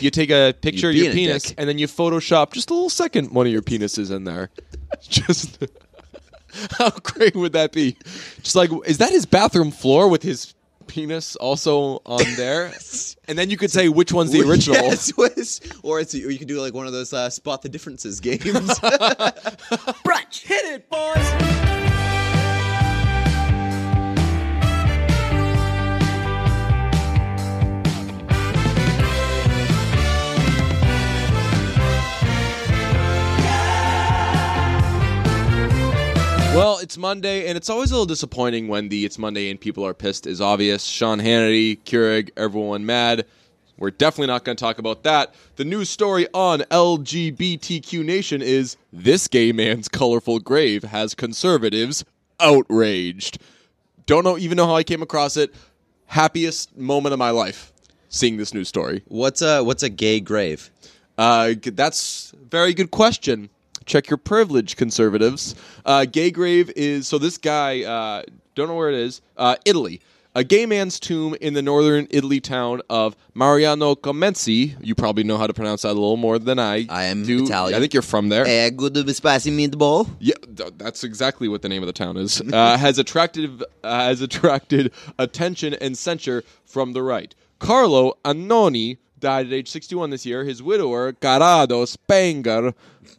You take a picture being of your a penis dick. and then you Photoshop just a little second one of your penises in there. just how great would that be? Just like is that his bathroom floor with his penis also on there? and then you could say which one's the original. Yes, was- or it's or you could do like one of those uh, spot the differences games. Brunch. Hit it, boys. Well, it's Monday, and it's always a little disappointing when the It's Monday and people are pissed is obvious. Sean Hannity, Keurig, everyone mad. We're definitely not going to talk about that. The news story on LGBTQ Nation is this gay man's colorful grave has conservatives outraged. Don't know, even know how I came across it. Happiest moment of my life seeing this news story. what's a what's a gay grave? Uh, g- that's a very good question. Check your privilege, conservatives. Uh, gay grave is so this guy. Uh, don't know where it is. Uh, Italy. A gay man's tomb in the northern Italy town of Mariano Comenzi. You probably know how to pronounce that a little more than I. I am do. Italian. I think you're from there. A Eh, good spicy meatball. Yeah, th- that's exactly what the name of the town is. Uh, has attracted uh, has attracted attention and censure from the right. Carlo Annoni died at age 61 this year. His widower Garado Spenger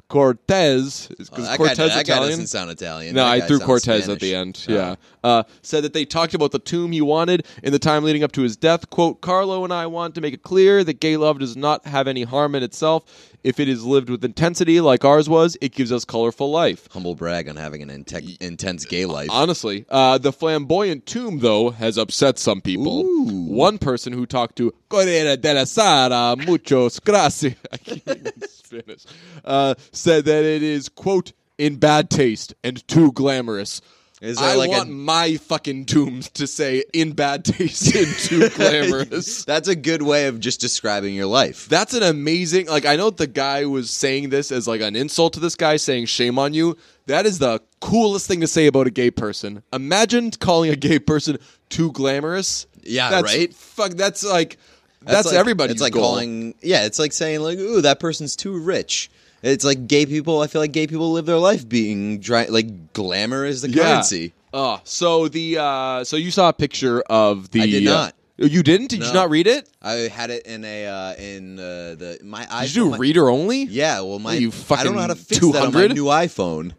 Cortez is Oh, that Cortez guy, that guy Italian. doesn't sound Italian. No, That I guy threw sounds Cortez at Spanish. the end. Oh. Yeah. Uh, said that they talked about the tomb he wanted in the time leading up to his death. Quote, Carlo and I want to make it clear that gay love does not have any harm in itself. If it is lived with intensity like ours was, it gives us colorful life. Humble brag on having an inte- intense gay life. Honestly, uh, the flamboyant tomb, though, has upset some people. One person who talked to Corriere della Sara, muchos gracias, I can't even Spanish, uh, said that it is, quote, in bad taste and too glamorous. Is that I like a- want my fucking tombs to say in bad taste and too glamorous. That's a good way of just describing your life. That's an amazing. Like I know the guy was saying this as like an insult to this guy, saying "shame on you." That is the coolest thing to say about a gay person. Imagine calling a gay person too glamorous. Yeah, that's, right? Fuck, that's like that's, like- everybody's It's like goal. calling. Yeah, it's like saying like, "Ooh, that person's too rich." It's like gay people. I feel like gay people live their life being dry, like glamour is the currency. Oh, so the uh, so you saw a picture of the. I did uh, not. you didn't? Did No. you not read it? I had it in a uh, in uh, the my iPhone. Did you do my- reader only? Yeah, well, my What are you, I don't know how to fucking fix that on my 200? new iPhone.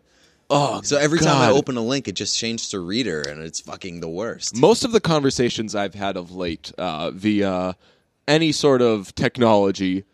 Oh, So every time I God. open a link, it just changed to reader, and it's fucking the worst. Most of the conversations I've had of late uh, via any sort of technology,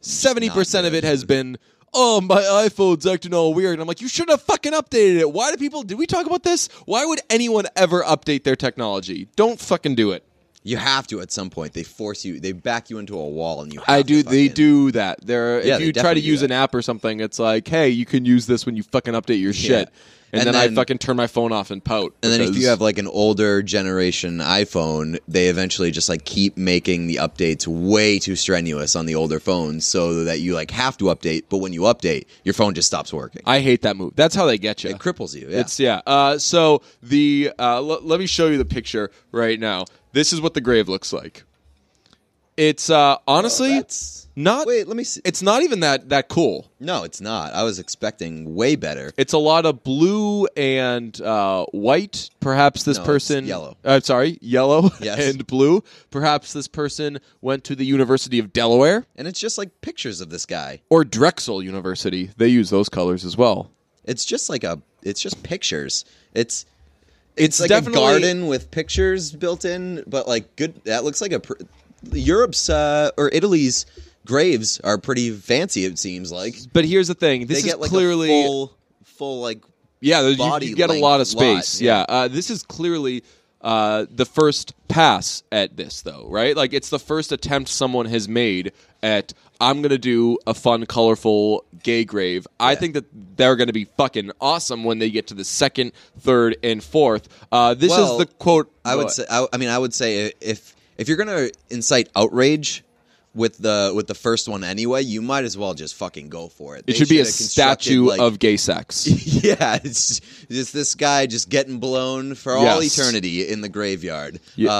seventy percent of it has been, "Oh, my iPhone's acting all weird," and I'm like, "You shouldn't have fucking updated it. Why do people? Did we talk about this? Why would anyone ever update their technology? Don't fucking do it." You have to at some point. They force you. They back you into a wall, and you. Have I to do. They fucking- do that. There, Yeah, if they you try to definitely do use that. an app or something, it's like, "Hey, you can use this when you fucking update your shit." And, And then, I then- fucking turn my phone off and pout. And then if because- you have like an older generation iPhone, they eventually just like keep making the updates way too strenuous on the older phones, so that you like have to update. But when you update, your phone just stops working. I hate that move. That's how they get you. it cripples you. Yeah. It's yeah. Uh, so the uh, l- let me show you the picture right now. This is what the grave looks like. It's uh, honestly Oh, that's- not. Wait, let me see. It's not even that that cool. no, it's not. I was expecting way better. It's a lot of blue and uh, white. Perhaps this No, it's person yellow. Uh, sorry, yellow Yes. and blue. Perhaps this person went to the University of Delaware And it's just like pictures of this guy. or Drexel University. They use those colors as well. It's just like a. It's just pictures. It's. It's, It's like definitely- a garden with pictures built in, but like good. That looks like a. Pr- Europe's uh, or Italy's graves are pretty fancy. It seems like But here's the thing. they This is get like clearly a full, full like. Yeah, there's- you- body you, get a length lot of lot, space. yeah. yeah, Uh, this is clearly uh, the first pass at this, though, right? Like it's the first attempt someone has made at I'm gonna do a fun, colorful gay grave. I think that they're gonna be fucking awesome when they get to the second, third, and fourth. Uh, this Well, is the quote. uh, I would say. I, I mean, I would say if if you're gonna incite outrage with the with the first one anyway, you might as well just fucking go for it. it They should be a shoulda constructed, statue like- of gay sex. yeah, it's just this guy just getting blown for all Yes. eternity in the graveyard. Yeah.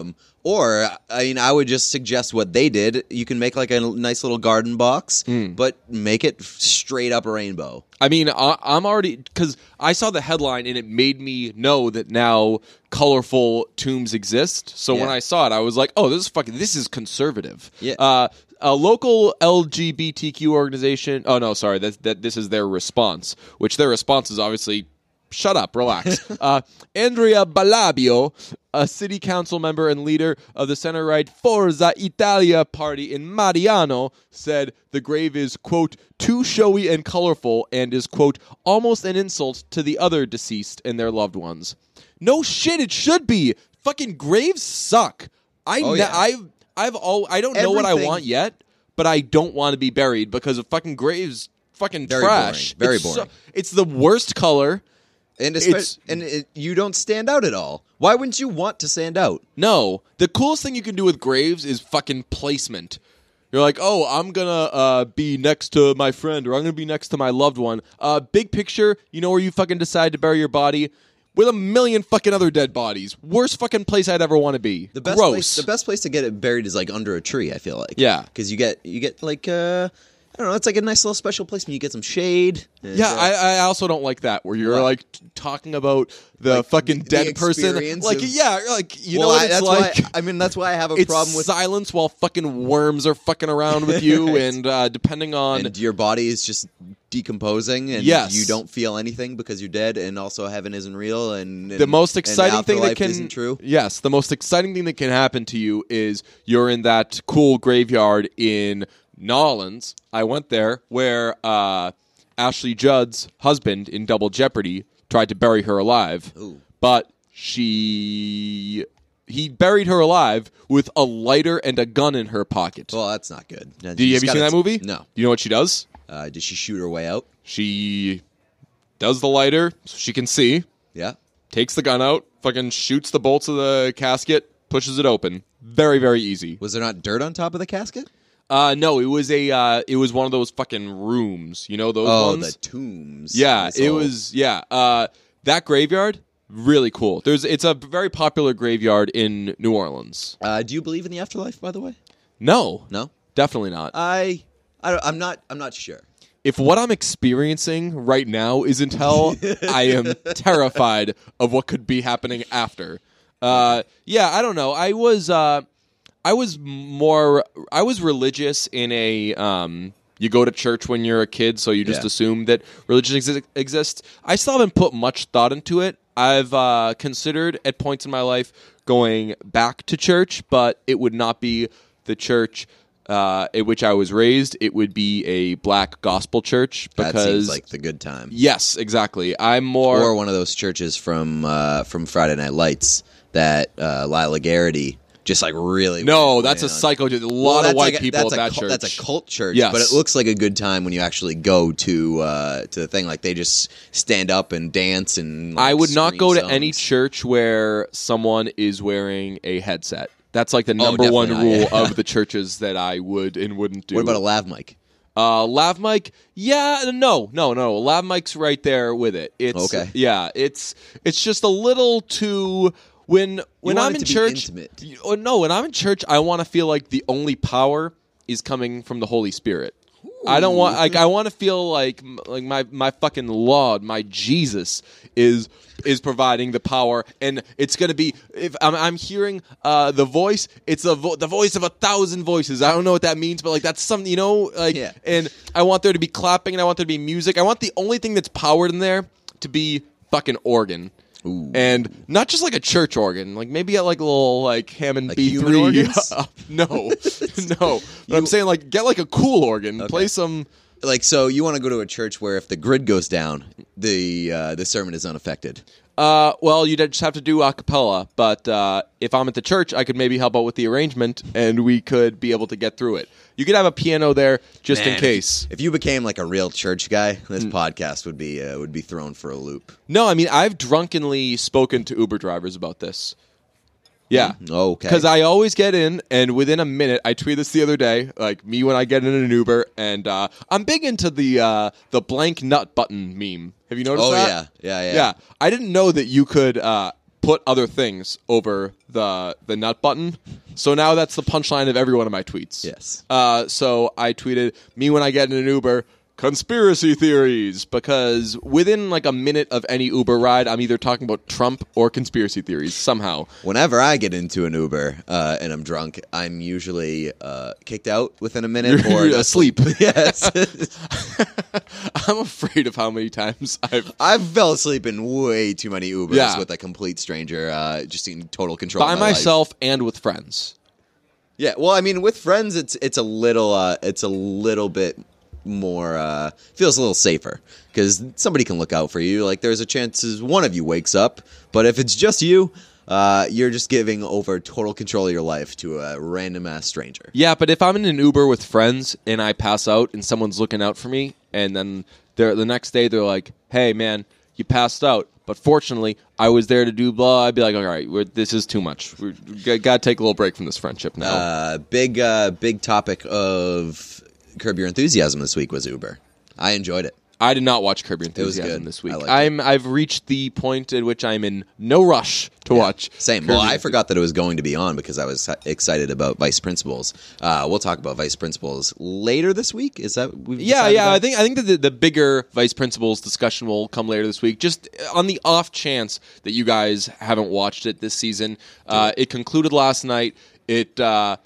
Um, Or I mean, I would just suggest what they did. You can make like a nice little garden box, Hmm. but make it straight up rainbow. I mean, I, I'm already because I saw the headline and it made me know that now colorful tombs exist. So when Yeah. I saw it, I was like, "Oh, this is fucking. This is conservative." Yeah. Uh, a local LGBTQ organization. Oh no, sorry. That that this is their response, which their response is obviously. Shut up, relax. uh, Andrea Balabio, a city council member and leader of the center right Forza Italia party in Mariano, said the grave is, quote, too showy and colorful and is, quote, almost an insult to the other deceased and their loved ones. No shit, it should be. Fucking graves suck. I Oh, ne- yeah. I've I've all I don't know what I Everything- want yet, but I don't want to be buried because of fucking graves fucking Very trash. boring, very It's so- boring. it's the worst color. And It's- it's, and it, you don't stand out at all. Why wouldn't you want to stand out? No, the coolest thing you can do with graves is fucking placement. You're like, oh, I'm gonna uh, be next to my friend, or I'm gonna be next to my loved one. Uh, big picture, you know where you fucking decide to bury your body with a million fucking other dead bodies. Worst fucking place I'd ever want to be. The best Gross. place the best place to get it buried is like under a tree, I feel like. Yeah. Cuz you get you get like uh I don't know, it's like a nice little special place and you get some shade. and, Yeah, uh, I, I also don't like that where you're What? like t- talking about the Like, fucking the- dead the person. experience Like, of- yeah, like you well, know what I, it's that's like. why I mean that's why I have a it's problem with silence while fucking worms are fucking around with you, and uh, depending on and your body is just decomposing and Yes. you don't feel anything because you're dead and also heaven isn't real and, the most exciting thing that can not true. Yes, the most exciting thing that can happen to you is you're in that cool graveyard in Nolans. I went there where uh, Ashley Judd's husband in Double Jeopardy tried to bury her alive, Ooh. but she he buried her alive with a lighter and a gun in her pocket. Well, that's not good. Did Do you, have you seen that movie? No. You know what she does? Uh, did she shoot her way out? She does the lighter so she can see Yeah. takes the gun out, fucking shoots the bolts of the casket, pushes it open. Very, very easy. Was there not dirt on top of the casket? Uh, no, it was a, uh, it was one of those fucking rooms. You know those Oh, ones? the tombs. yeah, That's it all. was. Yeah, uh, that graveyard really cool. There's, it's a very popular graveyard in New Orleans. Uh, do you believe in the afterlife? By the way, No, no. definitely not. I, I don't, I'm not. I'm not sure. if what I'm experiencing right now isn't hell, I am terrified of what could be happening after. Uh, yeah, I don't know. I was uh, I was more I was religious in a um, you go to church when you're a kid, so you just Yeah. assume that religion exi- exists. I still haven't put much thought into it. I've uh, considered at points in my life going back to church, but it would not be the church uh, at which I was raised. It would be a black gospel church because that seems like the good time, yes, exactly. I'm more or one of those churches from uh, from Friday Night Lights that uh, Lila Garrity just like really. no. went That's a in on. psycho. A lot Well, of that's white like a- people that's at a that cult, church. That's a cult church, Yes. but it looks like a good time when you actually go to uh, to the thing. Like they just stand up and dance and. Like, I would not scream go to songs. any church where someone is wearing a headset. That's like the number one Oh, definitely rule not, of the churches that I would and wouldn't do. What about a lav mic? uh, lav mic? Yeah, no, no, no. Lav mic's right there with it. It's Okay. Yeah, it's it's just a little too. When when want I'm it in to be church, intimate. You- oh, no, when I'm in church, I want to feel like the only power is coming from the Holy Spirit. I don't want like I want to feel like m- like my my fucking Lord, my Jesus is is providing the power, and it's gonna be if I'm, I'm hearing uh, the voice, it's the vo- the voice of a thousand voices. I don't know what that means, but like that's something you know like, Yeah. and I want there to be clapping, and I want there to be music. I want the only thing that's powered in there to be fucking organ. Ooh. And not just like a church organ, like maybe at like a little like Hammond Like B human three. organs? No, no. But I'm saying like get like a cool organ, play some. like so you want to go to a church where if the grid goes down the uh, the sermon is unaffected Uh, well, you'd just have to do a cappella. But uh, if I'm at the church, I could maybe help out with the arrangement, and we could be able to get through it. You could have a piano there just in case. Mm. if you became like a real church guy this podcast would be uh, would be thrown for a loop No, I mean I've drunkenly spoken to Uber drivers about this. Yeah. Mm, okay Because I always get in, and within a minute, I tweeted this the other day, like me when I get in an Uber, and uh, I'm big into the uh, the blank nut button meme. Have you noticed oh that? yeah. yeah yeah yeah. I didn't know that you could uh, put other things over the the nut button. So now that's the punchline of every one of my tweets. Yes. Uh, so I tweeted me when I get in an Uber. Conspiracy theories, because within like a minute of any Uber ride, I'm either talking about Trump or conspiracy theories somehow. Whenever I get into an Uber uh, and I'm drunk, I'm usually uh, kicked out within a minute You're or asleep. yes, I'm afraid of how many times I've I fell asleep in way too many Ubers Yeah. with a complete stranger, uh, just in total control by of my life. myself and with friends. Yeah, well, I mean, with friends, it's it's a little uh, it's a little bit more uh, feels a little safer because somebody can look out for you. Like there's a chances one of you wakes up, but if it's just you, uh, you're just giving over total control of your life to a random ass stranger. Yeah, but if I'm in an Uber with friends and I pass out and someone's looking out for me, and then they're, the next day they're like, "Hey, man, you passed out." But fortunately, I was there to do blah. I'd be like, "All right, we're, this is too much. We're, we got- gotta take a little break from this friendship now." Uh, big uh, big topic of curb your enthusiasm this week was Uber. I enjoyed it. I did not watch Curb Your was Enthusiasm good. this week. I liked it. I'm I've reached the point at which I'm in no rush to watch. Same. Curb Well, Your I Enthu- forgot that it was going to be on because I was excited about vice principals. Uh, we'll talk about vice principals later this week. Is that we've Yeah, decided yeah. on? I think I think that the, the bigger vice principals discussion will come later this week. Just on the off chance that you guys haven't watched it this season, uh, it concluded last night. It uh,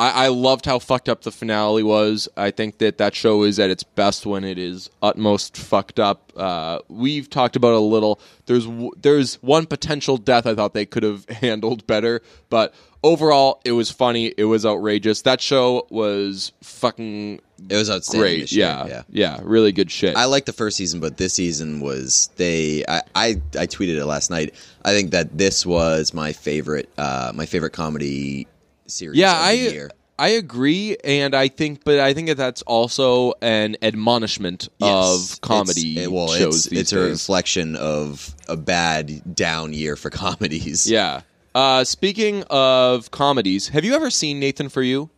I, I loved how fucked up the finale was. I think that that show is at its best when it is utmost fucked up. Uh, we've talked about it a little. There's w- there's one potential death I thought they could have handled better, but. Overall, it was funny. It was outrageous. That show was fucking it was outstanding. great. this year, yeah, yeah, really good shit. I liked the first season, but this season was they. I, I I tweeted it last night. I think that this was my favorite. Uh, my favorite comedy series. yeah, of I the year. I agree, and I think, but I think that that's also an admonishment Yes. of comedy It's- it- well, shows it's, these it's a days. reflection of a bad down year for comedies. yeah. Uh, speaking of comedies, have you ever seen Nathan for You?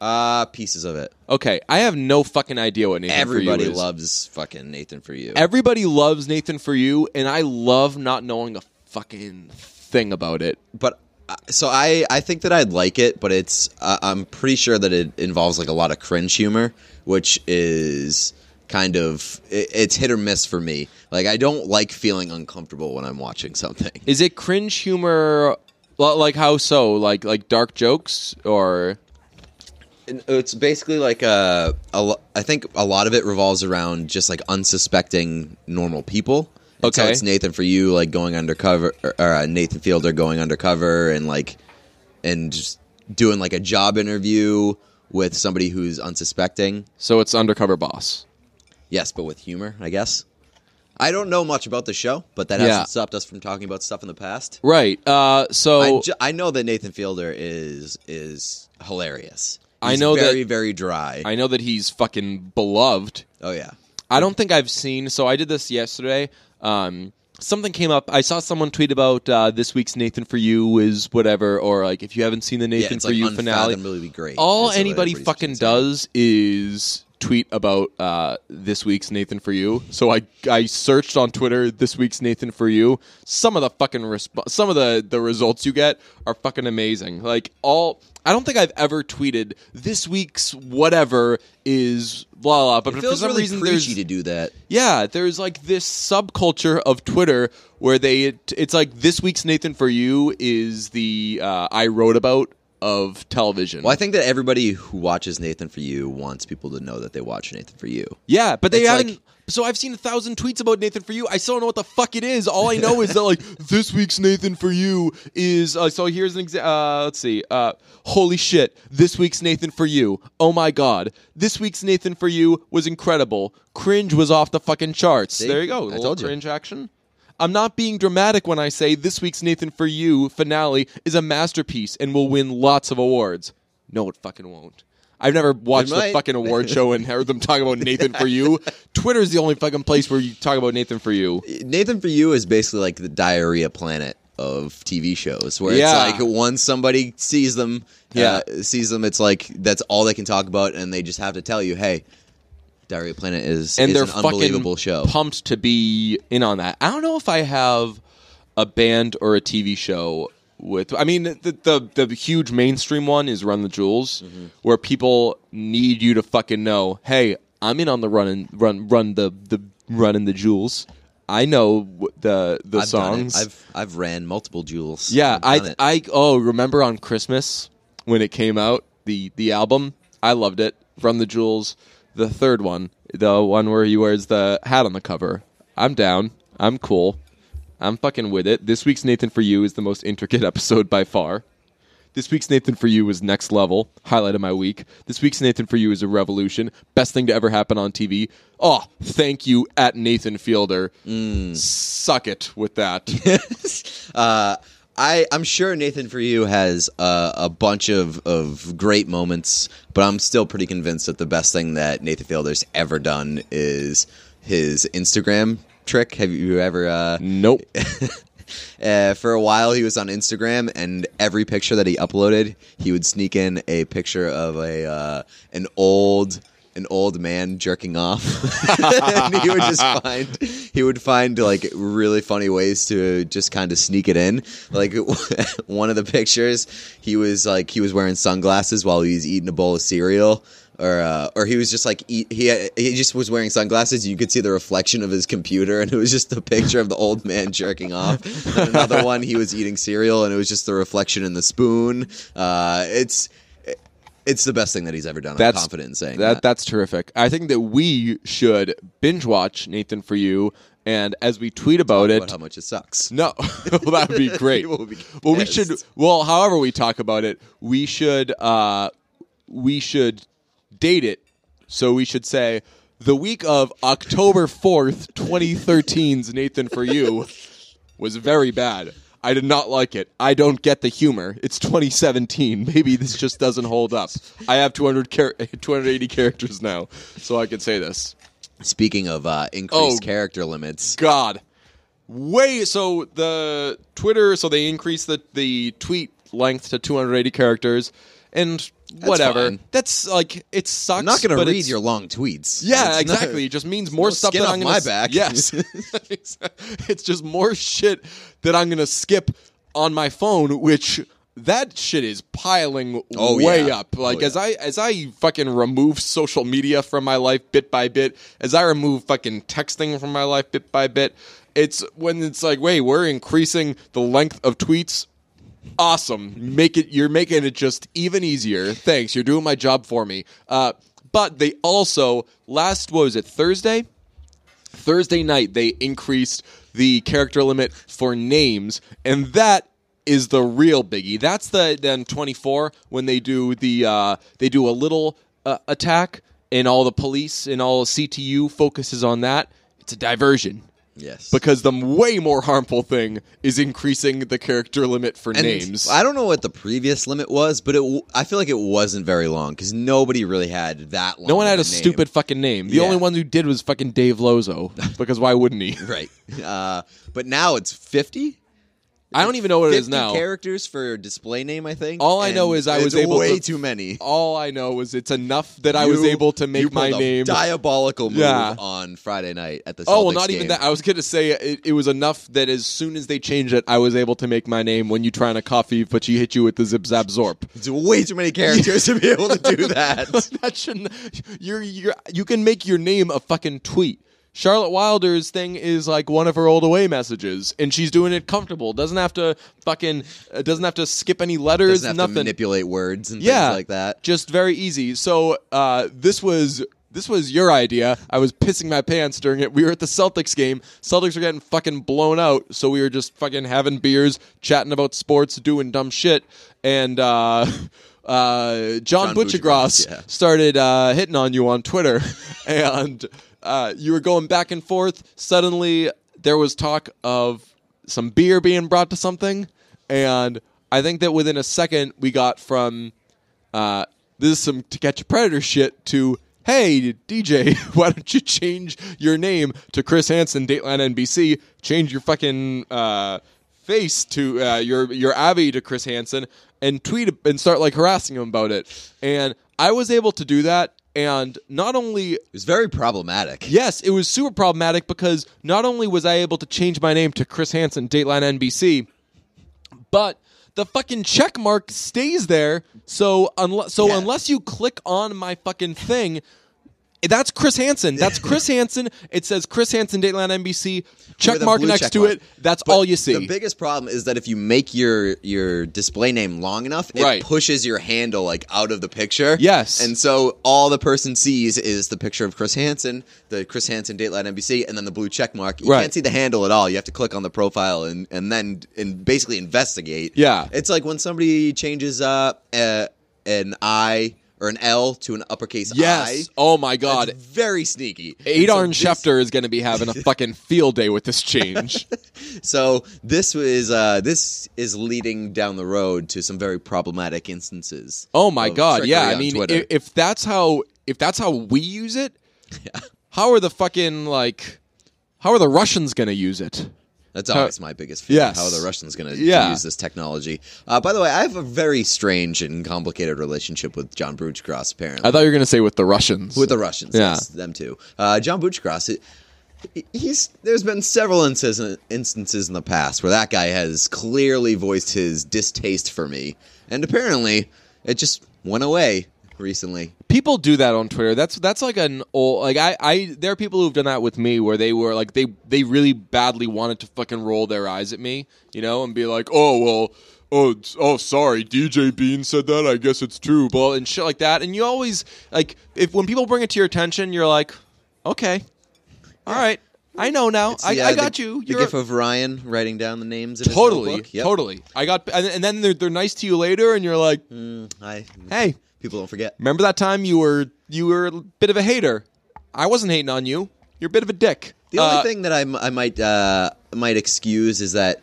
Uh, pieces of it. Okay, I have no fucking idea what Nathan Everybody for You is. loves fucking Nathan for you. Everybody loves Nathan for You, and I love not knowing a fucking thing about it. but uh, so I, I think that I'd like it, but it's uh, I'm pretty sure that it involves like a lot of cringe humor, which is kind of it, it's hit or miss for me. Like I don't like feeling uncomfortable when I'm watching something. Is it cringe humor? Li- Like how so? Like like dark jokes or It's basically like uh, a lo- I think a lot of it revolves around just like unsuspecting normal people. And so Okay. it's Nathan for you, like going undercover, or, or uh, Nathan Fielder going undercover, and like and just doing like a job interview with somebody who's unsuspecting. so? It's undercover boss. Yes, but with humor, I guess. I don't know much about the show, but that Yeah. hasn't stopped us from talking about stuff in the past. Right. Uh, I, so ju- I know that Nathan Fielder is is hilarious. I He's know that- very very dry. I know that he's fucking beloved. oh yeah, I don't think I've seen. So I did this yesterday. Um, something came up. I saw someone tweet about uh, this week's Nathan for You is whatever, or like if you haven't seen the yeah. Nathan It's for like You finale. unfathomably great. All is what anybody everybody's fucking saying. does is tweet about uh, this week's Nathan for You. So I I searched on Twitter this week's Nathan for You. Some of the fucking resp- some of the the results you get are fucking amazing. Like all I don't think I've ever tweeted this week's whatever is blah blah. But It for feels some really reason there's preachy to do that. yeah, there's like this subculture of Twitter where they it's like this week's Nathan for You is the uh, I wrote about of television. Well, I think that everybody who watches Nathan for You wants people to know that they watch Nathan for You. Yeah, but they It's haven't. like- so I've seen a thousand tweets about Nathan for You. I still don't know what the fuck it is. All I know is that like this week's Nathan for You is. Uh, so here's an example. Uh, let's see. Uh, holy shit! This week's Nathan for You. Oh my god! This week's Nathan for You was incredible. Cringe was off the fucking charts. See? There you go. A I little told you. cringe action. I'm not being dramatic when I say this week's Nathan for You finale is a masterpiece and will win lots of awards. No, it fucking won't. I've never watched the might. fucking award show and heard them talk about Nathan for You. Twitter's the only fucking place where you talk about Nathan for You. Nathan for You is basically like the diarrhea planet of TV shows, where Yeah. it's like once somebody sees them, Yeah. uh, sees them, it's like that's all they can talk about, and they just have to tell you, hey, Diarrhea Planet is And is they're an unbelievable fucking show. pumped to be in on that. I don't know if I have a band or a TV show with. I mean, the the, the huge mainstream one is Run the Jewels, Mm-hmm. where people need you to fucking know. Hey, I'm in on the run and run run the the run in the jewels. I know w- the the I've done it. songs. I've I've ran multiple jewels. Yeah, I've done I it. I oh remember on Christmas when it came out the the album I loved it from the Jewels the third one the one where he wears the hat on the cover I'm down I'm cool I'm fucking with it this week's Nathan for you is the most intricate episode by far this week's Nathan for you is next level highlight of my week this week's Nathan for you is a revolution best thing to ever happen on TV oh thank you at Nathan Fielder Mm. suck it with that uh, I I'm sure Nathan for you has uh, a bunch of of great moments, but I'm still pretty convinced that the best thing that Nathan Fielder's ever done is his Instagram trick. Have you ever? Uh, nope uh, for a while, he was on Instagram, and every picture that he uploaded, he would sneak in a picture of a uh, an old an old man jerking off. and he would just find he would find like really funny ways to just kind of sneak it in. Like one of the pictures, he was like he was wearing sunglasses while he was eating a bowl of cereal. Or, uh, or he was just like eat, he he just was wearing sunglasses. You could see the reflection of his computer, and it was just a picture of the old man jerking off. And another one, he was eating cereal, and it was just the reflection in the spoon. Uh, it's it's the best thing that he's ever done. I'm confident in saying that. That's terrific. I think that we should binge watch Nathan for you, and as we tweet about Talk it, about how much it sucks. no, well, that would be great. People will be well, we pissed. should. Well, however we talk about it, we should. Uh, we should date it. So we should say the week of October fourth, twenty 2013's Nathan for you was very bad. I did not like it. I don't get the humor. It's 2017. Maybe this just doesn't hold up. I have 200 char- 280 characters now, so I can say this. Speaking of uh, Oh. increased character limits, God, way so the Twitter. So they increased the the tweet length to 280 characters, and whatever. fine. That's like it sucks. I'm not going but to read it's- your long tweets. Yeah, It's not- exactly. it just means more no stuff skin that off I'm gonna my s- back. Yes, it's just more shit that I'm gonna skip on my phone, which that shit is piling Oh, way yeah. up. Like Oh, as I as I fucking remove social media from my life bit by bit, as I remove fucking texting from my life bit by bit, it's when it's like, wait, we're increasing the length of tweets awesome. Make it. You're making it just even easier. Thanks. You're doing my job for me. Uh, but they also last what was it Thursday? Thursday night they increased the character limit for names, and that is the real biggie. That's the then 24 when they do the uh, they do a little uh, attack, and all the police and all CTU focuses on that. It's a diversion. Yes. Because the way more harmful thing is increasing the character limit for And names. I don't know what the previous limit was, but it w- I feel like it wasn't very long because nobody really had that long. No one had a of name. stupid fucking name. The Yeah. only one who did was fucking Dave Lozo because why wouldn't he? right, uh, but now it's fifty. I don't even know what it is now. Characters for display name, I think. All I know and is I it's was able way to- too many. All I know is it's enough that I was You- able to you make my pulled a name. diabolical move Yeah. on Friday night at the. Celtics oh well, not even game. that. I was gonna say it, it was enough that as soon as they changed it, I was able to make my name. When you try on a coffee, but she hit you with the zip zap zorp. It's way too many characters to be able to do that. that shouldn't. You're you're you can make your name a fucking tweet. Charlotte Wilder's thing is like one of her old away messages, and she's doing it comfortable. Doesn't have to fucking uh, doesn't have to skip any letters. Doesn't have nothing. to manipulate words and yeah, things like that. Just very easy. So uh, this was this was your idea. I was pissing my pants during it. We were at the Celtics game. Celtics were getting fucking blown out, so we were just fucking having beers, chatting about sports, doing dumb shit, and. Uh, uh, John, John Butchergrass Butchergrass, yeah. started uh, hitting on you on Twitter, and uh, you were going back and forth. Suddenly, there was talk of some beer being brought to something, and I think that within a second, we got from uh, this is some to catch a predator shit to hey DJ, why don't you change your name to Chris Hansen, Dateline NBC? Change your fucking uh, face to uh, your your Abby to Chris Hansen and tweet and start like harassing him about it. And I was able to do that And not only was very problematic. Yes, it was super problematic because not only was I able to change my name to Chris Hansen, Dateline NBC, but the fucking check mark stays there. So unless so Yeah. unless you click on my fucking thing, that's Chris Hansen. That's Chris Hansen. It says Chris Hansen, Dateline NBC, check With a mark blue next check to mark. it. That's But all you see. The biggest problem is that if you make your your display name long enough, it Right. pushes your handle like out of the picture. Yes. and so all the person sees is the picture of Chris Hansen, the Chris Hansen Dateline NBC, and then the blue check mark. You Right. can't see the handle at all. You have to click on the profile and and then and basically investigate. Yeah. it's like when somebody changes uh, uh an I or an L to an uppercase I. yes. Oh my That's god. very sneaky. And so Adorn this- Schefter is going to be having a fucking field day with this change. So this is uh, this is leading down the road to some very problematic instances. Oh my of god, yeah. trickery I on mean, i- Twitter. if, that's how if that's how we use it, how are the fucking like how are the Russians going to use it? that's always my biggest fear. Yes. How are the Russians going to Yeah. use this technology? Uh, by the way, I have a very strange and complicated relationship with John Bruchgross. Apparently, I thought you were going to say with the Russians. with the Russians, Yeah. yes, them too. Uh, John Bruchgross. he- He's there's been several incis- instances in the past where that guy has clearly voiced his distaste for me, and apparently it just went away recently. people do that on Twitter. That's that's like an old like I I there are people who've done that with me where they were like they they really badly wanted to fucking roll their eyes at me, you know, and be like, "Oh, well, oh, it's- oh, sorry, DJ Bean said that. I guess it's true." Blah and shit like that. And you always like if when people bring it to your attention, you're like, "Okay. All right. I know now. I, Yeah, I the- got you. The You're gif of Ryan writing down the names. In his totally, notebook. Yep. totally. I got, and, and then they're, they're nice to you later, and you're like, Mm. I, "Hey, people don't forget. Remember that time you were you were a bit of a hater. I wasn't hating on you. You're a bit of a dick. The only Uh, thing that I, m- I might uh, might excuse is that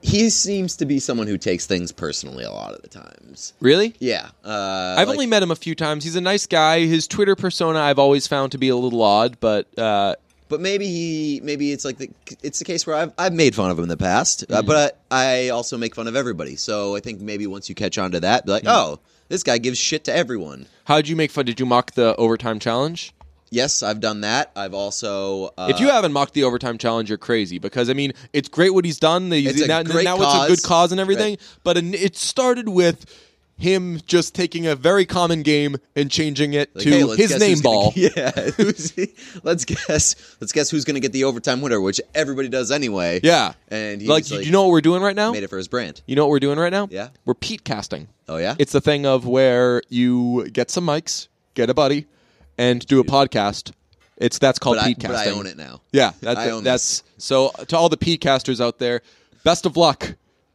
he seems to be someone who takes things personally a lot of the times. really, Yeah, uh, I've like- only met him a few times. He's a nice guy. His Twitter persona I've always found to be a little odd, but uh, but maybe he, maybe it's like the, it's the case where I've, I've made fun of him in the past, Mm-hmm. uh, but I, I also make fun of everybody. So I think maybe once you catch on to that, be Mm-hmm. like, oh, this guy gives shit to everyone. how'd you make fun? Did you mock the overtime challenge? Yes, I've done that. I've also uh, if you haven't mocked the overtime challenge, you're crazy. Because I mean, it's great what he's done. He's, It's a now great now cause. it's a good cause and everything. But an, it started with him just taking a very common game and changing it Like, to hey, let's his guess name who's gonna- ball. yeah, who's- let's guess. Let's guess who's going to get the overtime winner, which everybody does anyway. Yeah. and he like, was, like, you know what we're doing right now? made it for his brand. You know what we're doing right now? Yeah. We're peat casting. Oh yeah, It's the thing of where you get some mics, get a buddy, and do a podcast. It's that's called but, I, peat but casting. I own it now. Yeah, that's I own that's so to all the peat casters out there, best of luck.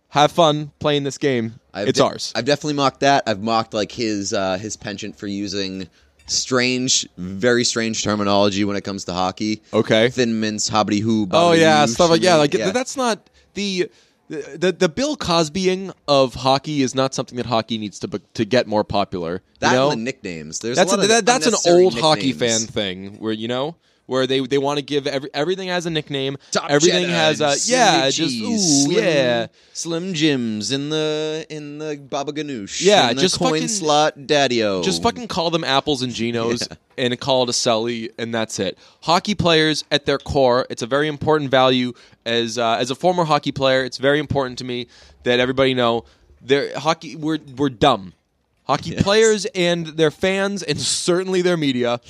Have fun playing this game. I've it's de- ours. I've definitely mocked that. I've mocked like his uh, his penchant for using strange, very strange terminology when it comes to hockey. Okay. thin mints, hobbity hoo. oh bobbity yeah, hoo, stuff like yeah, shimmy, like that's not the the the Bill Cosbying of hockey is not something that hockey needs to be, to get more popular. that you know? and the nicknames. There's that's a a, lot of that, that's an unnecessary old hockey fan nicknames. thing where you know where they they want to give every everything has a nickname Top everything cheddar has a and yeah Slim just Jiggies, ooh, Slim- yeah Slim Jims in the in the Baba Ganoush. Yeah, in the just coin fucking- slot daddy-o. just fucking call them apples and genos and call it a celly and that's it hockey players at their core it's a very important value as uh, as a former hockey player it's very important to me that everybody know their hockey we're we're dumb hockey players and their fans and certainly their media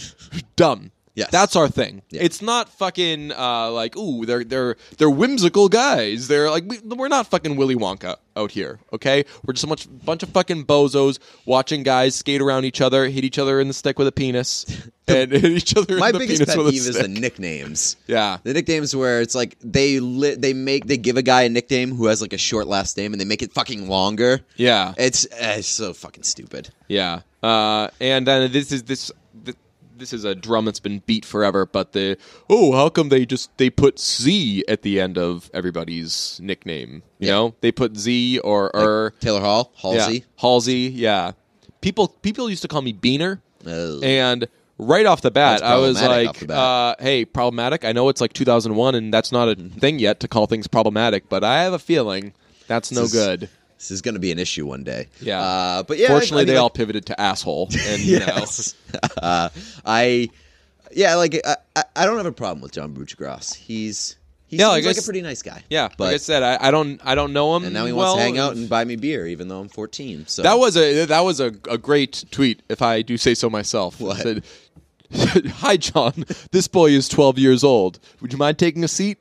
dumb Yes. that's our thing Yeah. it's not fucking uh, like ooh they're they're they're whimsical guys they're like we, we're not fucking willy wonka out here okay we're just a bunch, bunch of fucking bozos watching guys skate around each other hit each other in the stick with a penis and hit each other My in the biggest penis pet with a peeve is stick. the nicknames. yeah The nicknames where it's like they li- they make they give a guy a nickname who has like a short last name and they make it fucking longer. yeah It's, uh, it's so fucking stupid. Yeah, uh, and then this is this th- this is a drum that's been beat forever. But the oh, how come they just they put Z at the end of everybody's nickname? You Yeah. know, they put Z or er Taylor Hall, Halsey. Yeah, Halsey. Yeah, people people used to call me Beaner, Ugh. and right off the bat, That's I was problematic off like, the bat. uh, "Hey, problematic." I know it's like Mm-hmm. 2001, and that's not a thing yet to call things problematic, but I have a feeling that's no This is- good. This is going to be an issue one day. Yeah. Uh, but yeah, I- I Fortunately, mean, they like- all pivoted to asshole. And yes. uh, I, yeah, like I, I, I don't have a problem with John Buchgrass. He's he Yeah, seems like I like a s- pretty nice guy. you know, yeah. but like I said, I, I don't, I don't know him. and now he well. wants to hang out and buy me beer, even though I'm 14. So That was a that was a, a great tweet, if I do say so myself. It What? Said, Hi John, this boy is twelve years old. Would you mind taking a seat?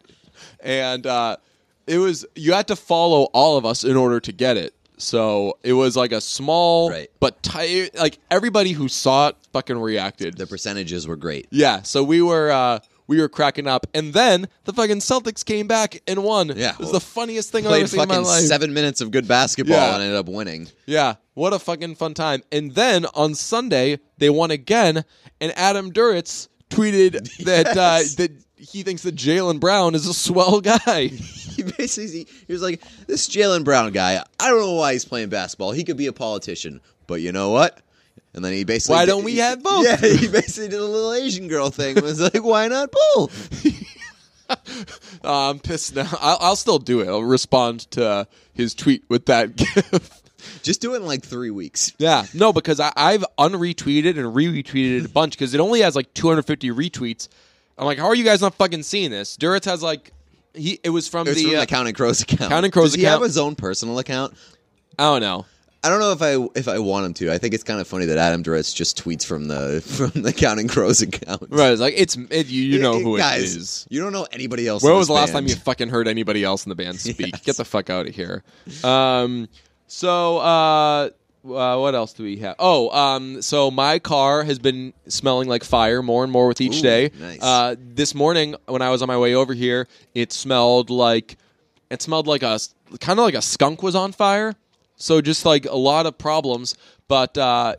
And uh, it was you had to follow all of us in order to get it. So it was like a small Right. but ti like everybody who saw it fucking reacted. the percentages were great. yeah, so we were uh, we were cracking up, and then the fucking Celtics came back and won. Yeah. it was the funniest thing I've ever Played seen in my fucking life. seven minutes of good basketball Yeah. and ended up winning. Yeah, what a fucking fun time. And then on Sunday, they won again, and Adam Duritz tweeted that uh, Yes. that he thinks that Jalen Brown is a swell guy. He basically he was like, "This Jalen Brown guy. I don't know why he's playing basketball. He could be a politician, but you know what?" And then he basically Why don't we have both? Yeah, he basically did a little Asian girl thing. Was like, "Why not both?" Uh, I'm pissed now. I'll, I'll still do it. I'll respond to his tweet with that gif. Just do it in like three weeks. yeah, no, because I, I've unretweeted and re-retweeted a bunch because it only has like 250 retweets. I'm like, how are you guys not fucking seeing this? Duritz has like, he it was from It was the from uh, the Counting Crows account. Counting Crows Does he account. have his own personal account? I don't know. I don't know if I if I want him to. I think it's kind of funny that Adam Duritz just tweets from the from the Counting Crows account. Right, it's like it's it, you, you know who it Guys, is. You don't know anybody else. Where in was the this last time band. you fucking heard anybody else in the band speak? Get the fuck out of here. Um, so uh, uh, what else do we have? Oh, um, so my car has been smelling like fire more and more with each Ooh, day. nice. Uh, this morning when I was on my way over here, it smelled like it smelled like a kind of like a skunk was on fire. So just like a lot of problems. But uh,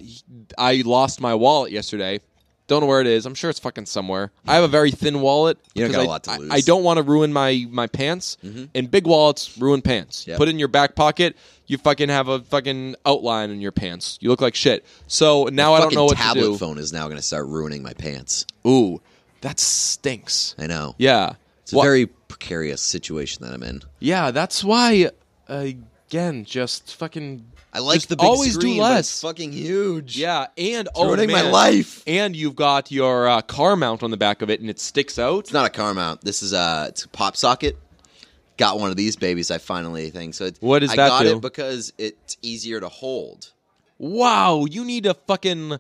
I lost my wallet yesterday. Don't know where it is. I'm sure it's fucking somewhere. I have a very thin wallet. You don't because got a I- lot to I- lose. I don't want to ruin my my pants. Mm-hmm. And big wallets ruin pants. Yep. Put it in your back pocket. You fucking have a fucking outline in your pants. You look like shit. So now I don't Fucking know what tablet to do. phone is now going to start ruining my pants. Ooh, that stinks. I know. Yeah. It's a Wha- very precarious situation that I'm in. yeah, that's why. Again, just fucking. I like just the big always screen, do but less. it's fucking huge. Yeah, and oh ruining my man. life. And you've got your uh, car mount on the back of it, and it sticks out. It's not a car mount. This is a it's a pop socket. Got one of these babies. I finally think so. It, What does I that got do? it because it's easier to hold. Wow, you need a fucking.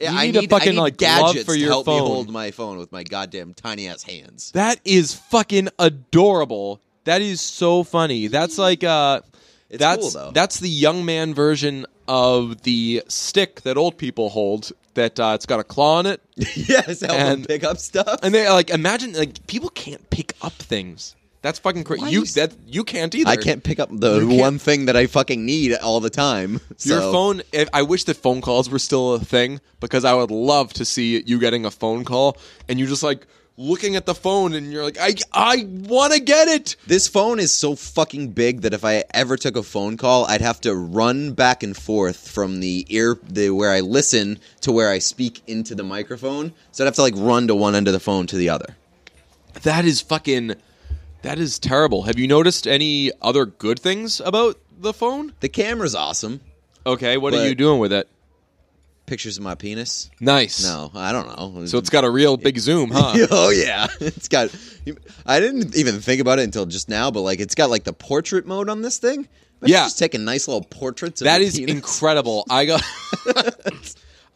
Yeah, You I need a I fucking, like, glove gadgets for to your help phone. me hold my phone with my goddamn tiny ass hands. That is fucking adorable. That is so funny. That's like uh, Mm-hmm. It's that's cool, though. that's the young man version of the stick that old people hold. That uh, it's got a claw on it, yes, help And- them pick up stuff. and they like imagine like people can't pick up things. That's fucking crazy. Why You you s- that you can't either. I can't pick up the You can't- one thing that I fucking need all the time. Your so- phone. if- I wish that phone calls were still a thing because I would love to see you getting a phone call and you just like looking at the phone and you're like, I I want to get it. This phone is so fucking big that if I ever took a phone call, I'd have to run back and forth from the ear, the where I listen to where I speak into the microphone. So I'd have to like run to one end of the phone to the other. That is fucking. That is terrible. Have you noticed any other good things about the phone? The camera's awesome. Okay, what are But- you doing with it? Pictures of my penis. Nice. No, I don't know. So it's got a real big zoom, huh? oh yeah, it's got. I didn't even think about it until just now, but like it's got like the portrait mode on this thing. Imagine Yeah. just taking nice little portraits. Of that your is penis. incredible. I got.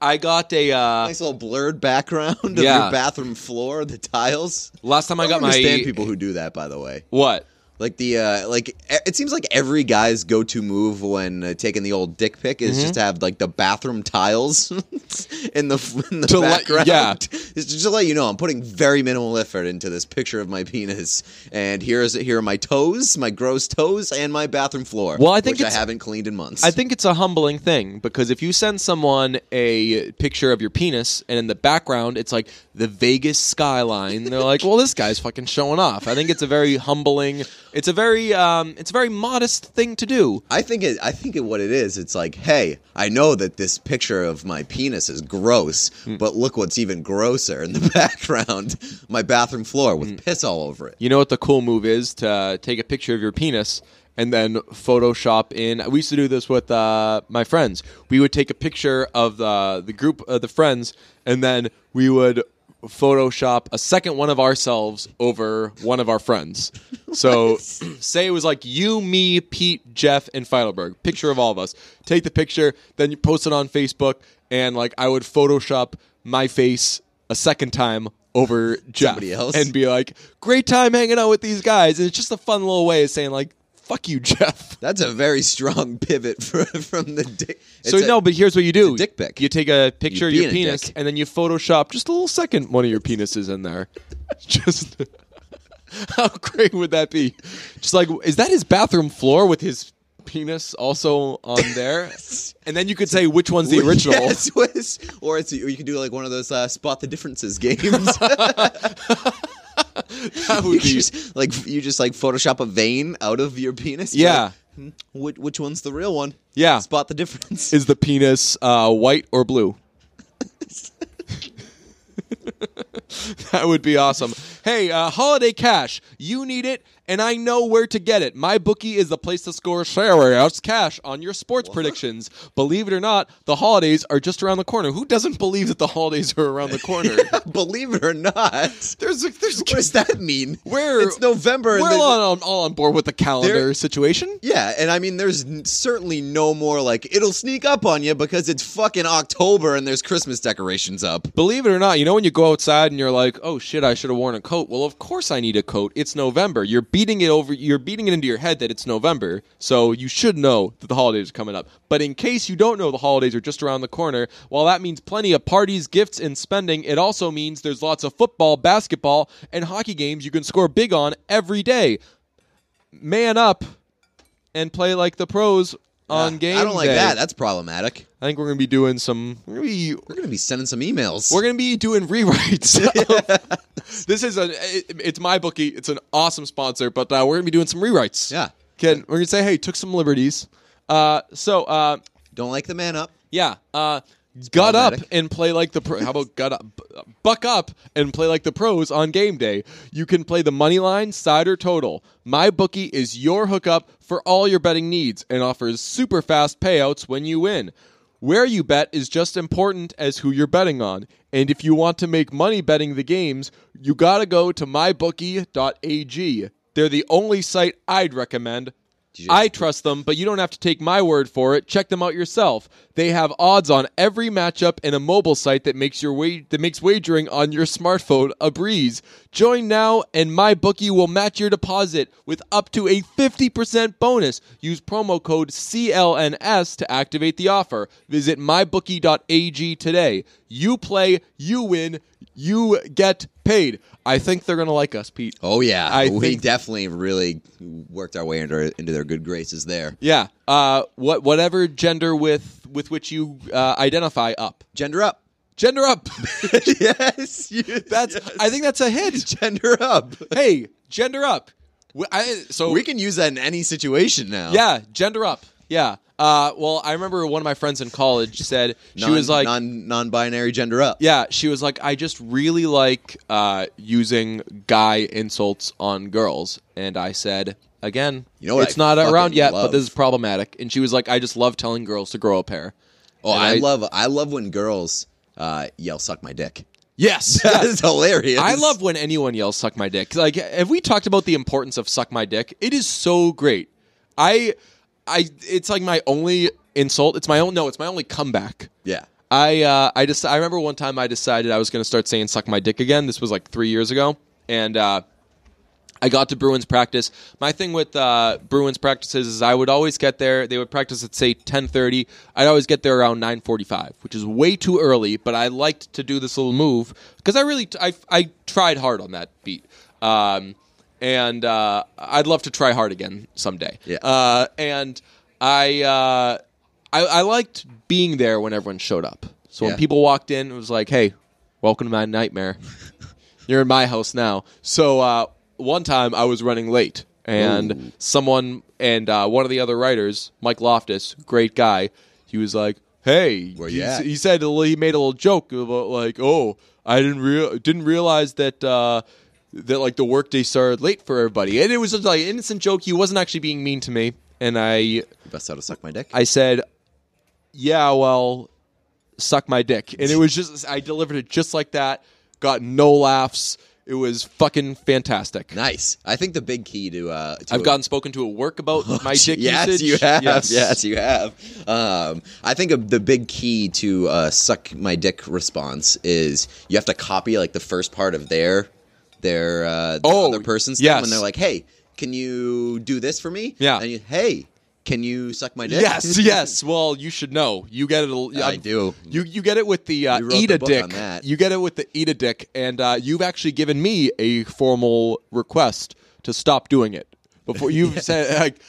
I got a uh, Nice little blurred background of Yeah. your bathroom floor, the tiles. last time I I got don't my understand people who do that. By the way, what like the uh, like e- it seems like every guy's go to move when uh, taking the old dick pic is Mm-hmm. just to have like the bathroom tiles in the f- in the To let- background. yeah. It's just to let you know I'm putting very minimal effort into this picture of my penis, and here's here are my toes, my gross toes, and my bathroom floor. Well, I think which I it's- haven't cleaned in months. I think it's a humbling thing because if you send someone a picture of your penis and in the background it's like the Vegas skyline, they're like, "Well, this guy's fucking showing off." I think it's a very humbling. It's a very um, it's a very modest thing to do. I think it. I think it. What it is, it's like, hey, I know that this picture of my penis is gross, Hmm. but look what's even grosser in the background: Hmm. my bathroom floor with piss all over it. You know what the cool move is to uh, take a picture of your penis and then Photoshop in. We used to do this with uh, my friends. We would take a picture of the the group of the friends, and then we would Photoshop a second one of ourselves over one of our friends. So say it was like you, me, Pete, Jeff, and Feidelberg. Picture of all of us. Take the picture, then you post it on Facebook, and like I would Photoshop my face a second time over Jeff Somebody else. and be like, great time hanging out with these guys. And it's just a fun little way of saying like, fuck you, Jeff. That's a very strong pivot for, from the dick. so no, but here's what you do: it's a dick pic. You take a picture of You your being a penis, dick. and then you Photoshop just a little second one of your penises in there. just how great would that be? Just like, is that his bathroom floor with his penis also on there? and then you could say which one's the original. Yes, was- or it's or you could do like one of those uh, spot the differences games. That you would be just, like you just like Photoshop a vein out of your penis. Yeah. You're like, "Hmm, which, which one's the real one? Yeah. Spot the difference. is the penis uh, white or blue? that would be awesome. Hey, uh, Holiday Cash, you need it, and I know where to get it. My bookie is the place to score shoutouts cash on your sports predictions. Believe it or not, the holidays are just around the corner. Who doesn't believe that the holidays are around the corner? Believe it or not. there's, there's, What does that mean? We're- it's November. we're and all on, the- all on board with the calendar There- situation. Yeah, and I mean, there's n- certainly no more like it'll sneak up on you because it's fucking October and there's Christmas decorations up. Believe it or not, you know when you go outside and you're like, "Oh shit, I should have worn a coat." Well, of course I need a coat. It's November. You're beating it over. You're beating it into your head that it's November, so you should know that the holidays are coming up. But in case you don't know, the holidays are just around the corner. While that means plenty of parties, gifts, and spending, it also means there's lots of football, basketball, and hockey games you can score big on every day. Man up and play like the pros on game I don't like day. that. That's problematic. I think we're gonna be doing some. We're gonna be We're gonna be sending some emails. we're gonna be doing rewrites. of- this is a. it- it's my bookie. It's an awesome sponsor, but uh, we're gonna be doing some rewrites. Yeah. Can we're gonna say, hey, took some liberties. Uh, so uh, don't like the man up. yeah, uh, gut up problematic. and play like the pro. How about gut up, bu- buck up and play like the pros on game day? You can play the money line, side or total. My bookie is your hookup for all your betting needs and offers super fast payouts when you win. Where you bet is just important as who you're betting on. And if you want to make money betting the games, you gotta go to mybookie.ag. They're the only site I'd recommend. you just- I trust them, but you don't have to take my word for it. Check them out yourself. They have odds on every matchup and a mobile site that makes your wa- that makes wagering on your smartphone a breeze. Join now and my bookie will match your deposit with up to a 50% bonus. Use promo code CLNS to activate the offer. Visit mybookie.ag today. You play, you win, you get paid. I think they're going to like us, Pete. Oh yeah, I we think- definitely really worked our way into into their good graces there. Yeah. Uh, what whatever gender with with which you uh, identify up. Gender up. Gender up. yes, you, That's I think that's a hit. gender up. hey, gender up. W I so We can use that in any situation now. yeah, gender up. Yeah. Uh, well, I remember one of my friends in college said she Non, was like non non-binary gender up. Yeah, she was like, I just really like uh, using guy insults on girls, and I said, again, You know what it's I not fucking around yet, but love? this is problematic. And she was like, I just love telling girls to grow a pair. Oh, And I, I- love I love when girls uh, yell "suck my dick." Yes, That is hilarious. I love when anyone yells "suck my dick." Like, have we talked about the importance of "suck my dick"? It is so great. I, I, it's like my only insult. It's my own. No, it's my only comeback. Yeah. I, uh, I just, I remember one time I decided I was going to start saying "suck my dick" again. This was like three years ago, and uh, I got to Bruins practice. My thing with uh, Bruins practices is I would always get there. They would practice at say ten thirty. I'd always get there around nine forty five, which is way too early. But I liked to do this little move because I really I I tried hard on that beat. Um, and uh, I'd love to try hard again someday. Yeah. Uh, and I, uh, I I liked being there when everyone showed up. So when Yeah. people walked in, it was like, "Hey, welcome to my nightmare." You're in my house now. So uh, one time I was running late, and someone and uh, one of the other writers, Mike Loftus, great guy, he was like, "Hey," Where he, you at? he said a little- he made a little joke about like, "Oh, I didn't real didn't realize that." Uh, that like the workday started late for everybody, and it was just like an innocent joke. He wasn't actually being mean to me, and I Best out to suck my dick. I said, "Yeah, well, suck my dick," and it was just I delivered it just like that. Got no laughs. It was fucking fantastic. nice. I think the big key to uh, to I've gotten spoken to at work about my dick Oh, yes, usage. you have. Yes, you have. Um, I think of the big key to uh, suck my dick response is you have to copy like the first part of their their uh, the Oh, other person's yes. thing when they're like, "Hey, can you do this for me?" Yeah. and you, "Hey, can you suck my dick?" Yes, yes. Well, you should know. You get it. a- I I'm- do. You you get it with the uh, You wrote eat the a book dick. on that. You get it with the eat a dick, and uh, you've actually given me a formal request to stop doing it. Before you've said like,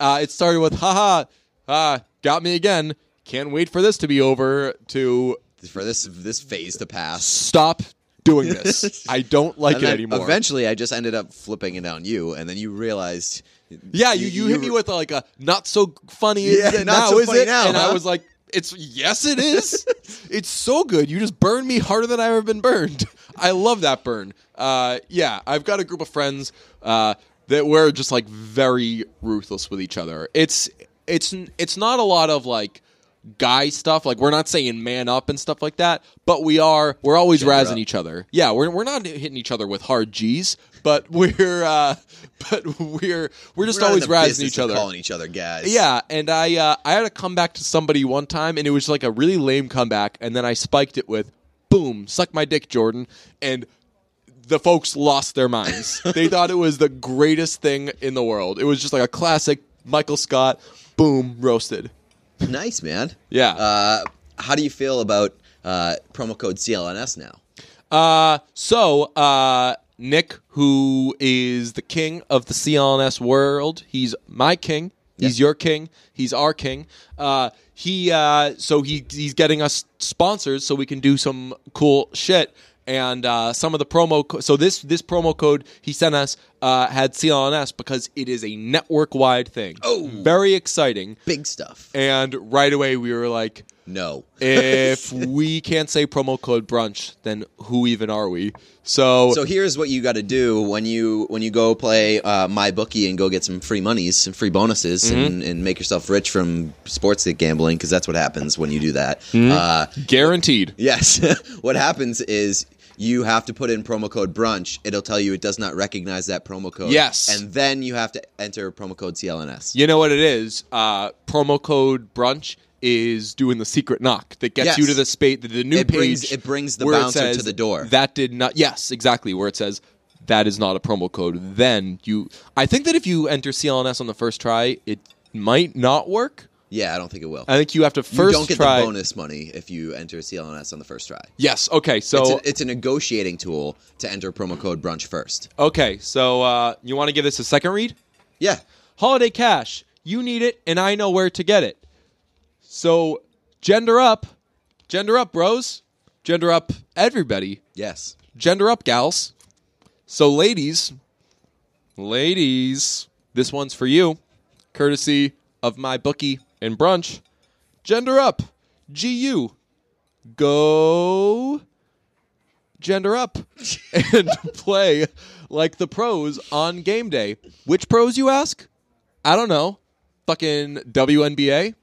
uh, it started with haha, uh, got me again. Can't wait for this to be over. To for this this phase to pass. stop doing this. I don't like And it then anymore. Eventually, I just ended up flipping it on you, and then you realized. Yeah, you, you, hit me with uh, like a not so funny is Yeah, it not now, so is funny it? now, and I huh? was like, it's yes, it is. it's so good. You just burned me harder than I've ever been burned. I love that burn. Uh, yeah, I've got a group of friends uh, that we're just like very ruthless with each other. It's it's it's not a lot of like guy stuff. Like we're not saying man up and stuff like that, but we are. We're always Gender razzing up. each other. Yeah, we're we're not hitting each other with hard G's, but we're uh, but we're we're just We're not in always the razzing business each of other. calling each other guys. Yeah, and I uh, I had a comeback to somebody one time, and it was like a really lame comeback, and then I spiked it with, "Boom, suck my dick, Jordan," and the folks lost their minds. they thought it was the greatest thing in the world. It was just like a classic Michael Scott, boom, roasted. nice man. Yeah. Uh, how do you feel about uh, promo code CLNS now? Uh, so, uh, Nick, who is the king of the CLNS world, he's my king. He's your king. He's our king. Uh, he uh, so he he's getting us sponsors so we can do some cool shit. And uh, some of the promo co- so this this promo code he sent us uh, had CLNS because it is a network wide thing. Oh, very exciting! Big stuff. And right away we were like, No. if we can't say promo code brunch, then who even are we? So, so here's what you got to do when you when you go play uh, my bookie and go get some free monies, some free bonuses, Mm-hmm. and, and make yourself rich from sports gambling because that's what happens when you do that. Mm-hmm. Uh, guaranteed. Yes. what happens is you have to put in promo code brunch. It'll tell you it does not recognize that promo code. Yes. And then you have to enter promo code CLNS. You know what it is? Uh, promo code brunch is doing the secret knock that gets Yes. you to the space, the, the new It page. brings- it brings the where it bouncer to says, the door. That did not. Yes, exactly. Where it says that is not a promo code. Then you. I think that if you enter CLNS on the first try, it might not work. Yeah, I don't think it will. I think you have to you first don't get try. the bonus money if you enter CLNS on the first try. Yes. Okay. So It's, a, it's a negotiating tool to enter promo code brunch first. okay. So uh, you want to give this a second read? Yeah. Holiday Cash, you need it, and I know where to get it. So, gender up, gender up, bros, gender up, everybody, Yes. gender up, gals. So, ladies, ladies, this one's for you, courtesy of my bookie and brunch. Gender up, GU, go gender up and play like the pros on game day. Which pros, you ask? I don't know. Fucking WNBA,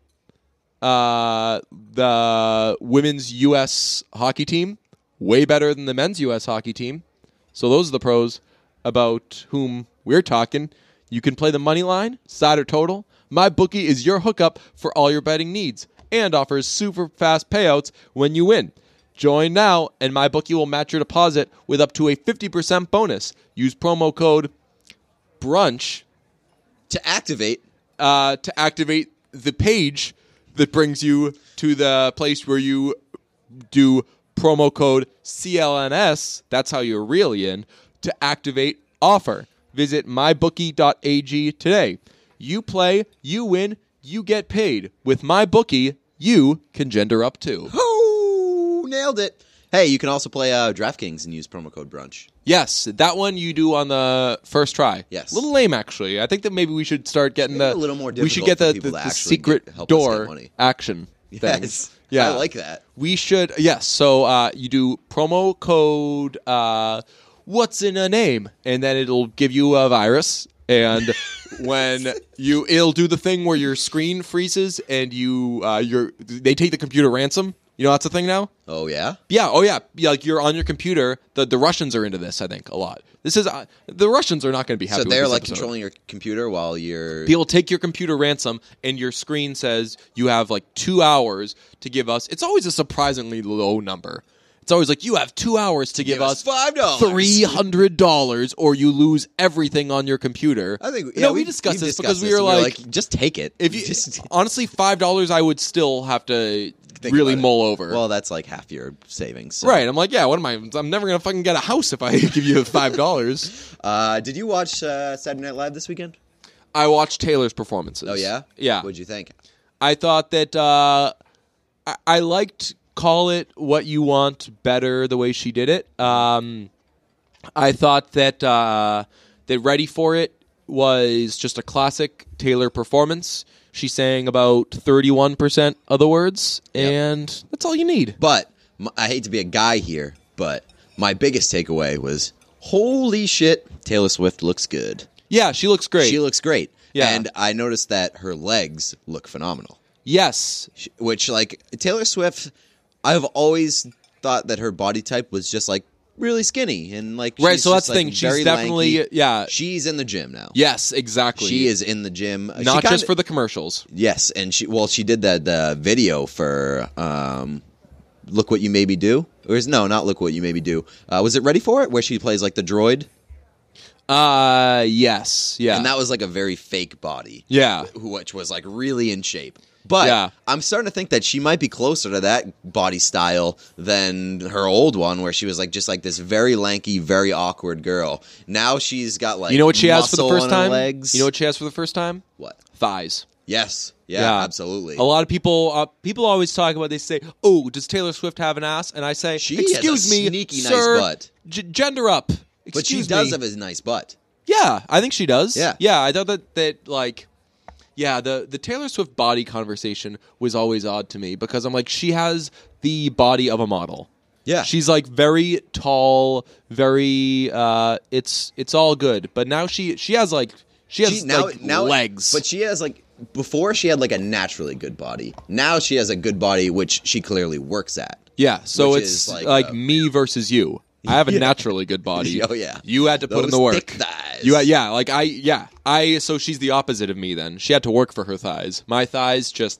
uh, the women's U.S. hockey team, way better than the men's U.S. hockey team. So those are the pros about whom we're talking. You can play the money line, side or total. My bookie is your hookup for all your betting needs and offers super fast payouts when you win. Join now, and my bookie will match your deposit with up to a 50% bonus. Use promo code BRUNCH To activate, uh, to activate the page that brings you to the place where you do promo code CLNS. That's how you're really in to activate offer. Visit mybookie.ag today. You play, you win, you get paid. With MyBookie, you can gender up too. oh, nailed it. Hey, you can also play uh, DraftKings and use promo code brunch. Yes, that one you do on the first try. Yes. a little lame actually. I think that maybe we should start getting Maybe the a little more We should difficult get for the, the, people to the actually secret get- help us get door money. action. thing. Yes. yeah, I like that. We should yes. So uh, you do promo code. Uh, what's in a name, and then it'll give you a virus. And when you, it'll do the thing where your screen freezes and you, uh, your they take the computer ransom. You know that's a thing now. Oh yeah. Yeah. Oh, yeah. yeah. Like you're on your computer. The the Russians are into this. I think a lot. This is uh, the Russians are not going to be happy. So with they're this like episode. controlling your computer while you're. People take your computer ransom, and your screen says you have like two hours to give us. It's always a surprisingly low number. It's always like you have two hours to give, Give us $5. three hundred dollars, or you lose everything on your computer. I think. no, yeah, we, we've- discussed we've this because we this, were and like, just take it. if you just honestly five dollars, I would still have to think really about it. mull over. Well, that's like half your savings. so. right? I'm like, yeah. What am I? I'm never gonna fucking get a house if I give you five dollars. Uh, did you watch uh, Saturday Night Live this weekend? I watched Taylor's performances. Oh yeah. yeah. What'd you think? I thought that uh, I-, I liked "Call It What You Want" better the way she did it. Um, I thought that uh, that "Ready for It" was just a classic Taylor performance. She sang about thirty-one percent of the words, and that's all you need. But m I I hate to be a guy here, but my biggest takeaway was holy shit, Taylor Swift looks good. Yeah, she looks great. She looks great. Yeah. And I noticed that her legs look phenomenal. yes, Sh- Which like Taylor Swift, I've always thought that her body type was just like really skinny and like Right, she's so that's just, the like, thing. She's very definitely- lanky. yeah. She's in the gym now. yes, exactly. She is in the gym. Uh, she not kinda- just for the commercials. Yes, and she well, she did that uh, video for um, "Look What You Maybe Do," or is no, not "Look What You Maybe Do." Uh, was it "Ready for It," where she plays like the droid, Uh yes, yeah, and that was like a very fake body, yeah. wh- which was like really in shape. But Yeah. I'm starting to think that she might be closer to that body style than her old one, where she was like just like this very lanky, very awkward girl. Now she's got like You know what she has for the muscle first on her time? Legs. You know what she has for the first time? What? Thighs. Yes. Yeah. Yeah. Absolutely. A lot of people uh, people always talk about they say, "Oh, does Taylor Swift have an ass?" And I say, She has a "Excuse me, sneaky nice sir, butt." g- gender up." Excuse but she does me. have a nice butt. Yeah, I think she does. Yeah. yeah. I thought that that like, yeah, the the Taylor Swift body conversation was always odd to me because I'm like, she has the body of a model. Yeah. she's like very tall, very. uh It's it's all good, but now she she has like she has she now like now legs. but she has like before she had like a naturally good body. Now she has a good body which she clearly works at. yeah, so which it's is like, like, uh, me versus you. I have a naturally good body. Oh, yeah. you had to put in Those the work. thick thighs. You had, yeah, like I yeah I so she's the opposite of me. Then she had to work for her thighs. My thighs just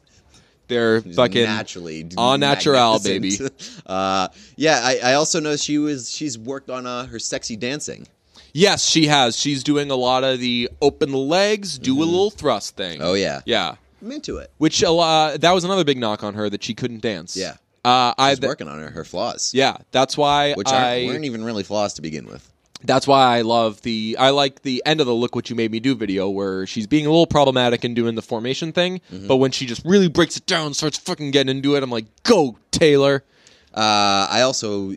they're fucking naturally au natural, baby. magnificent. uh yeah, I, I also know she was she's worked on uh, her sexy dancing. Yes, she has. She's doing a lot of the open legs, do a little thrust thing. Mm-hmm. Oh, yeah. yeah. I'm into it. Which a lot, that was another big knock on her that she couldn't dance. Yeah. uh, I She's working on her, her flaws. yeah. That's why Which aren't, I weren't e- even really flaws to begin with. that's why I love the I like the end of the look what you made me do video where she's being a little problematic and doing the formation thing, Mm-hmm. but when she just really breaks it down and starts fucking getting into it, I'm like, go Taylor. Uh, I also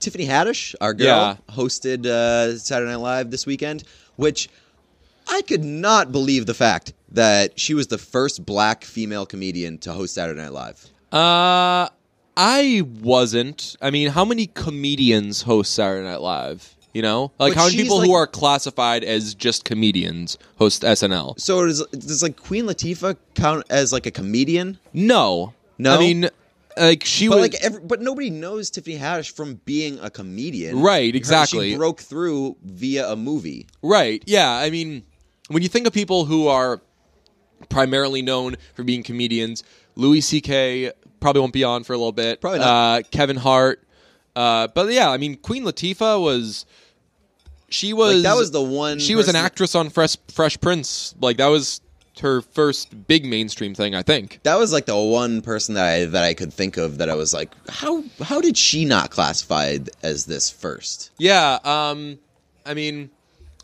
Tiffany Haddish, our girl, Yeah. hosted uh, Saturday Night Live this weekend, which I could not believe the fact that she was the first black female comedian to host Saturday Night Live. Uh, I wasn't. I mean, how many comedians host Saturday Night Live? You know, like But how many she's people who like- are classified as just comedians host SNL? So does, does like Queen Latifah count as like a comedian? No, No? I mean, like she But was like, every, but nobody knows Tiffany Haddish from being a comedian, Right, exactly. She broke through via a movie. right. Yeah, I mean, when you think of people who are primarily known for being comedians, Louis C.K. probably won't be on for a little bit. Probably not. Uh, Kevin Hart. Uh, but yeah, I mean, Queen Latifah was. She was Like, that was the one. she was an person- actress on Fresh Fresh Prince. Like that was her first big mainstream thing, I think. that was like the one person that I that I could think of that I was like, how how did she not classify as this first? Yeah. Um. I mean,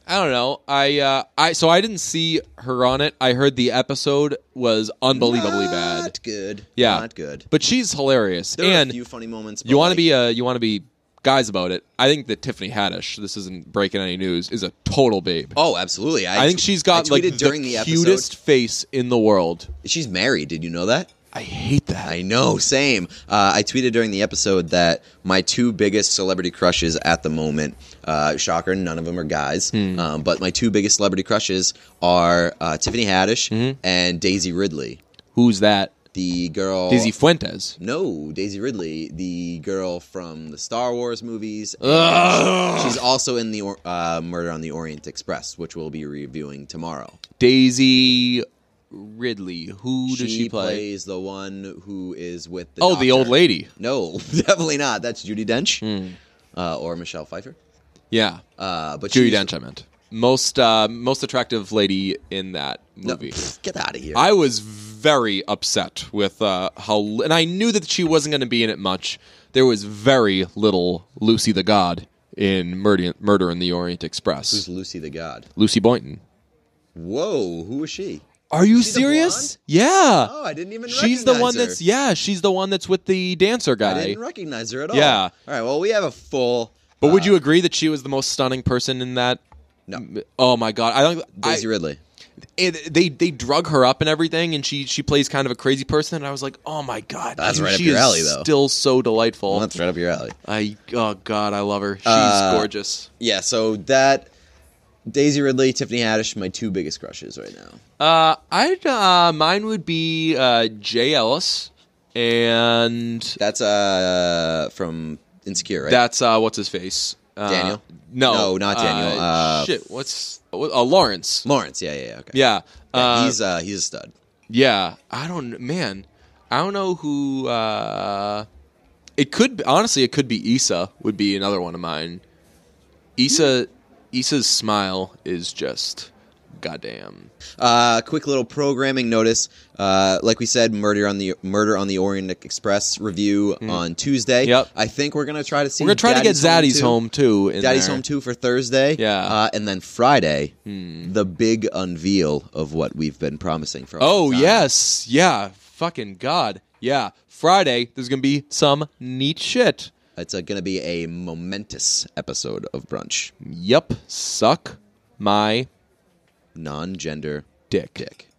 I don't know. I uh, I so I didn't see her on it. I heard the episode was unbelievably not bad. good. Yeah, not good. But she's hilarious. There were and a few funny moments. you want to be uh, you want to be guys about it. I think that Tiffany Haddish. This isn't breaking any news. Is a total babe. Oh, absolutely. I, I think she's got I like tweeted during the, cutest face in the world. episode. She's married. Did you know that? I hate that. I know, same. Uh, I tweeted during the episode that my two biggest celebrity crushes at the moment, uh, shocker, none of them are guys, Hmm. um, but my two biggest celebrity crushes are uh, Tiffany Haddish Mm-hmm. and Daisy Ridley, Who's that? the girl. Daisy Fuentes. no, Daisy Ridley, the girl from the Star Wars movies. Ugh. She's also in the or- uh, Murder on the Orient Express, which we'll be reviewing tomorrow. Daisy Ridley. Who does she, play? plays the one who is with the oh, the old doctor. lady. No, definitely not. That's Judy Dench Hmm. uh, or Michelle Pfeiffer. Yeah. Uh, but Judy she's- Dench, I meant. Most uh, most attractive lady in that No, movie. pff, get out of here. I was very upset with uh, how, and I knew that she wasn't going to be in it much. There was very little Lucy the God in Murder, Murder in the Orient Who's Express. Lucy the God? Lucy Boynton. Whoa, who is she? Are you she the serious? Yeah. Oh, I didn't even. she's the one recognize her. that's yeah. She's the one that's with the dancer I guy. didn't recognize her at all. Yeah. All right. Well, we have a full. But would uh, you agree that she was the most stunning person in that? No. Oh my god! I don't. Daisy I, Ridley. it- they they drug her up and everything, and she she plays kind of a crazy person. And I was like, oh my god, That's dude, right up she your is alley, though. Still so delightful. Well, that's right up your alley. I oh god, I love her. She's Uh, gorgeous. Yeah. So that Daisy Ridley, Tiffany Haddish, my two biggest crushes right now. Uh, I uh, mine would be uh, Jay Ellis, and That's uh from Insecure, right? that's uh, what's his face. Uh, Daniel? No, No, not Daniel. Uh, shit, what's uh, Lawrence? Lawrence. Yeah. Yeah. yeah, Okay. Yeah, uh, he's uh, he's a stud. Yeah, I don't man. I don't know who uh it could honestly it could be Issa would be another one of mine. Issa Issa's smile is just goddamn. Uh, quick little programming notice. Uh, like we said, murder on the Murder on the Orient Express review on Tuesday. Hmm. Yep. I think we're gonna try to see. We're going to try Daddy's to get Zaddy's too. home too. in Daddy's there. home too for Thursday. Yeah. Hmm. Uh, and then Friday, the big unveil of what we've been promising for. a long Oh, time. yes. Yeah. Fucking god. Yeah. Friday there's going to be some neat shit. It's uh, gonna be a momentous episode of brunch. Yep. Suck my Non-gender dick. dick.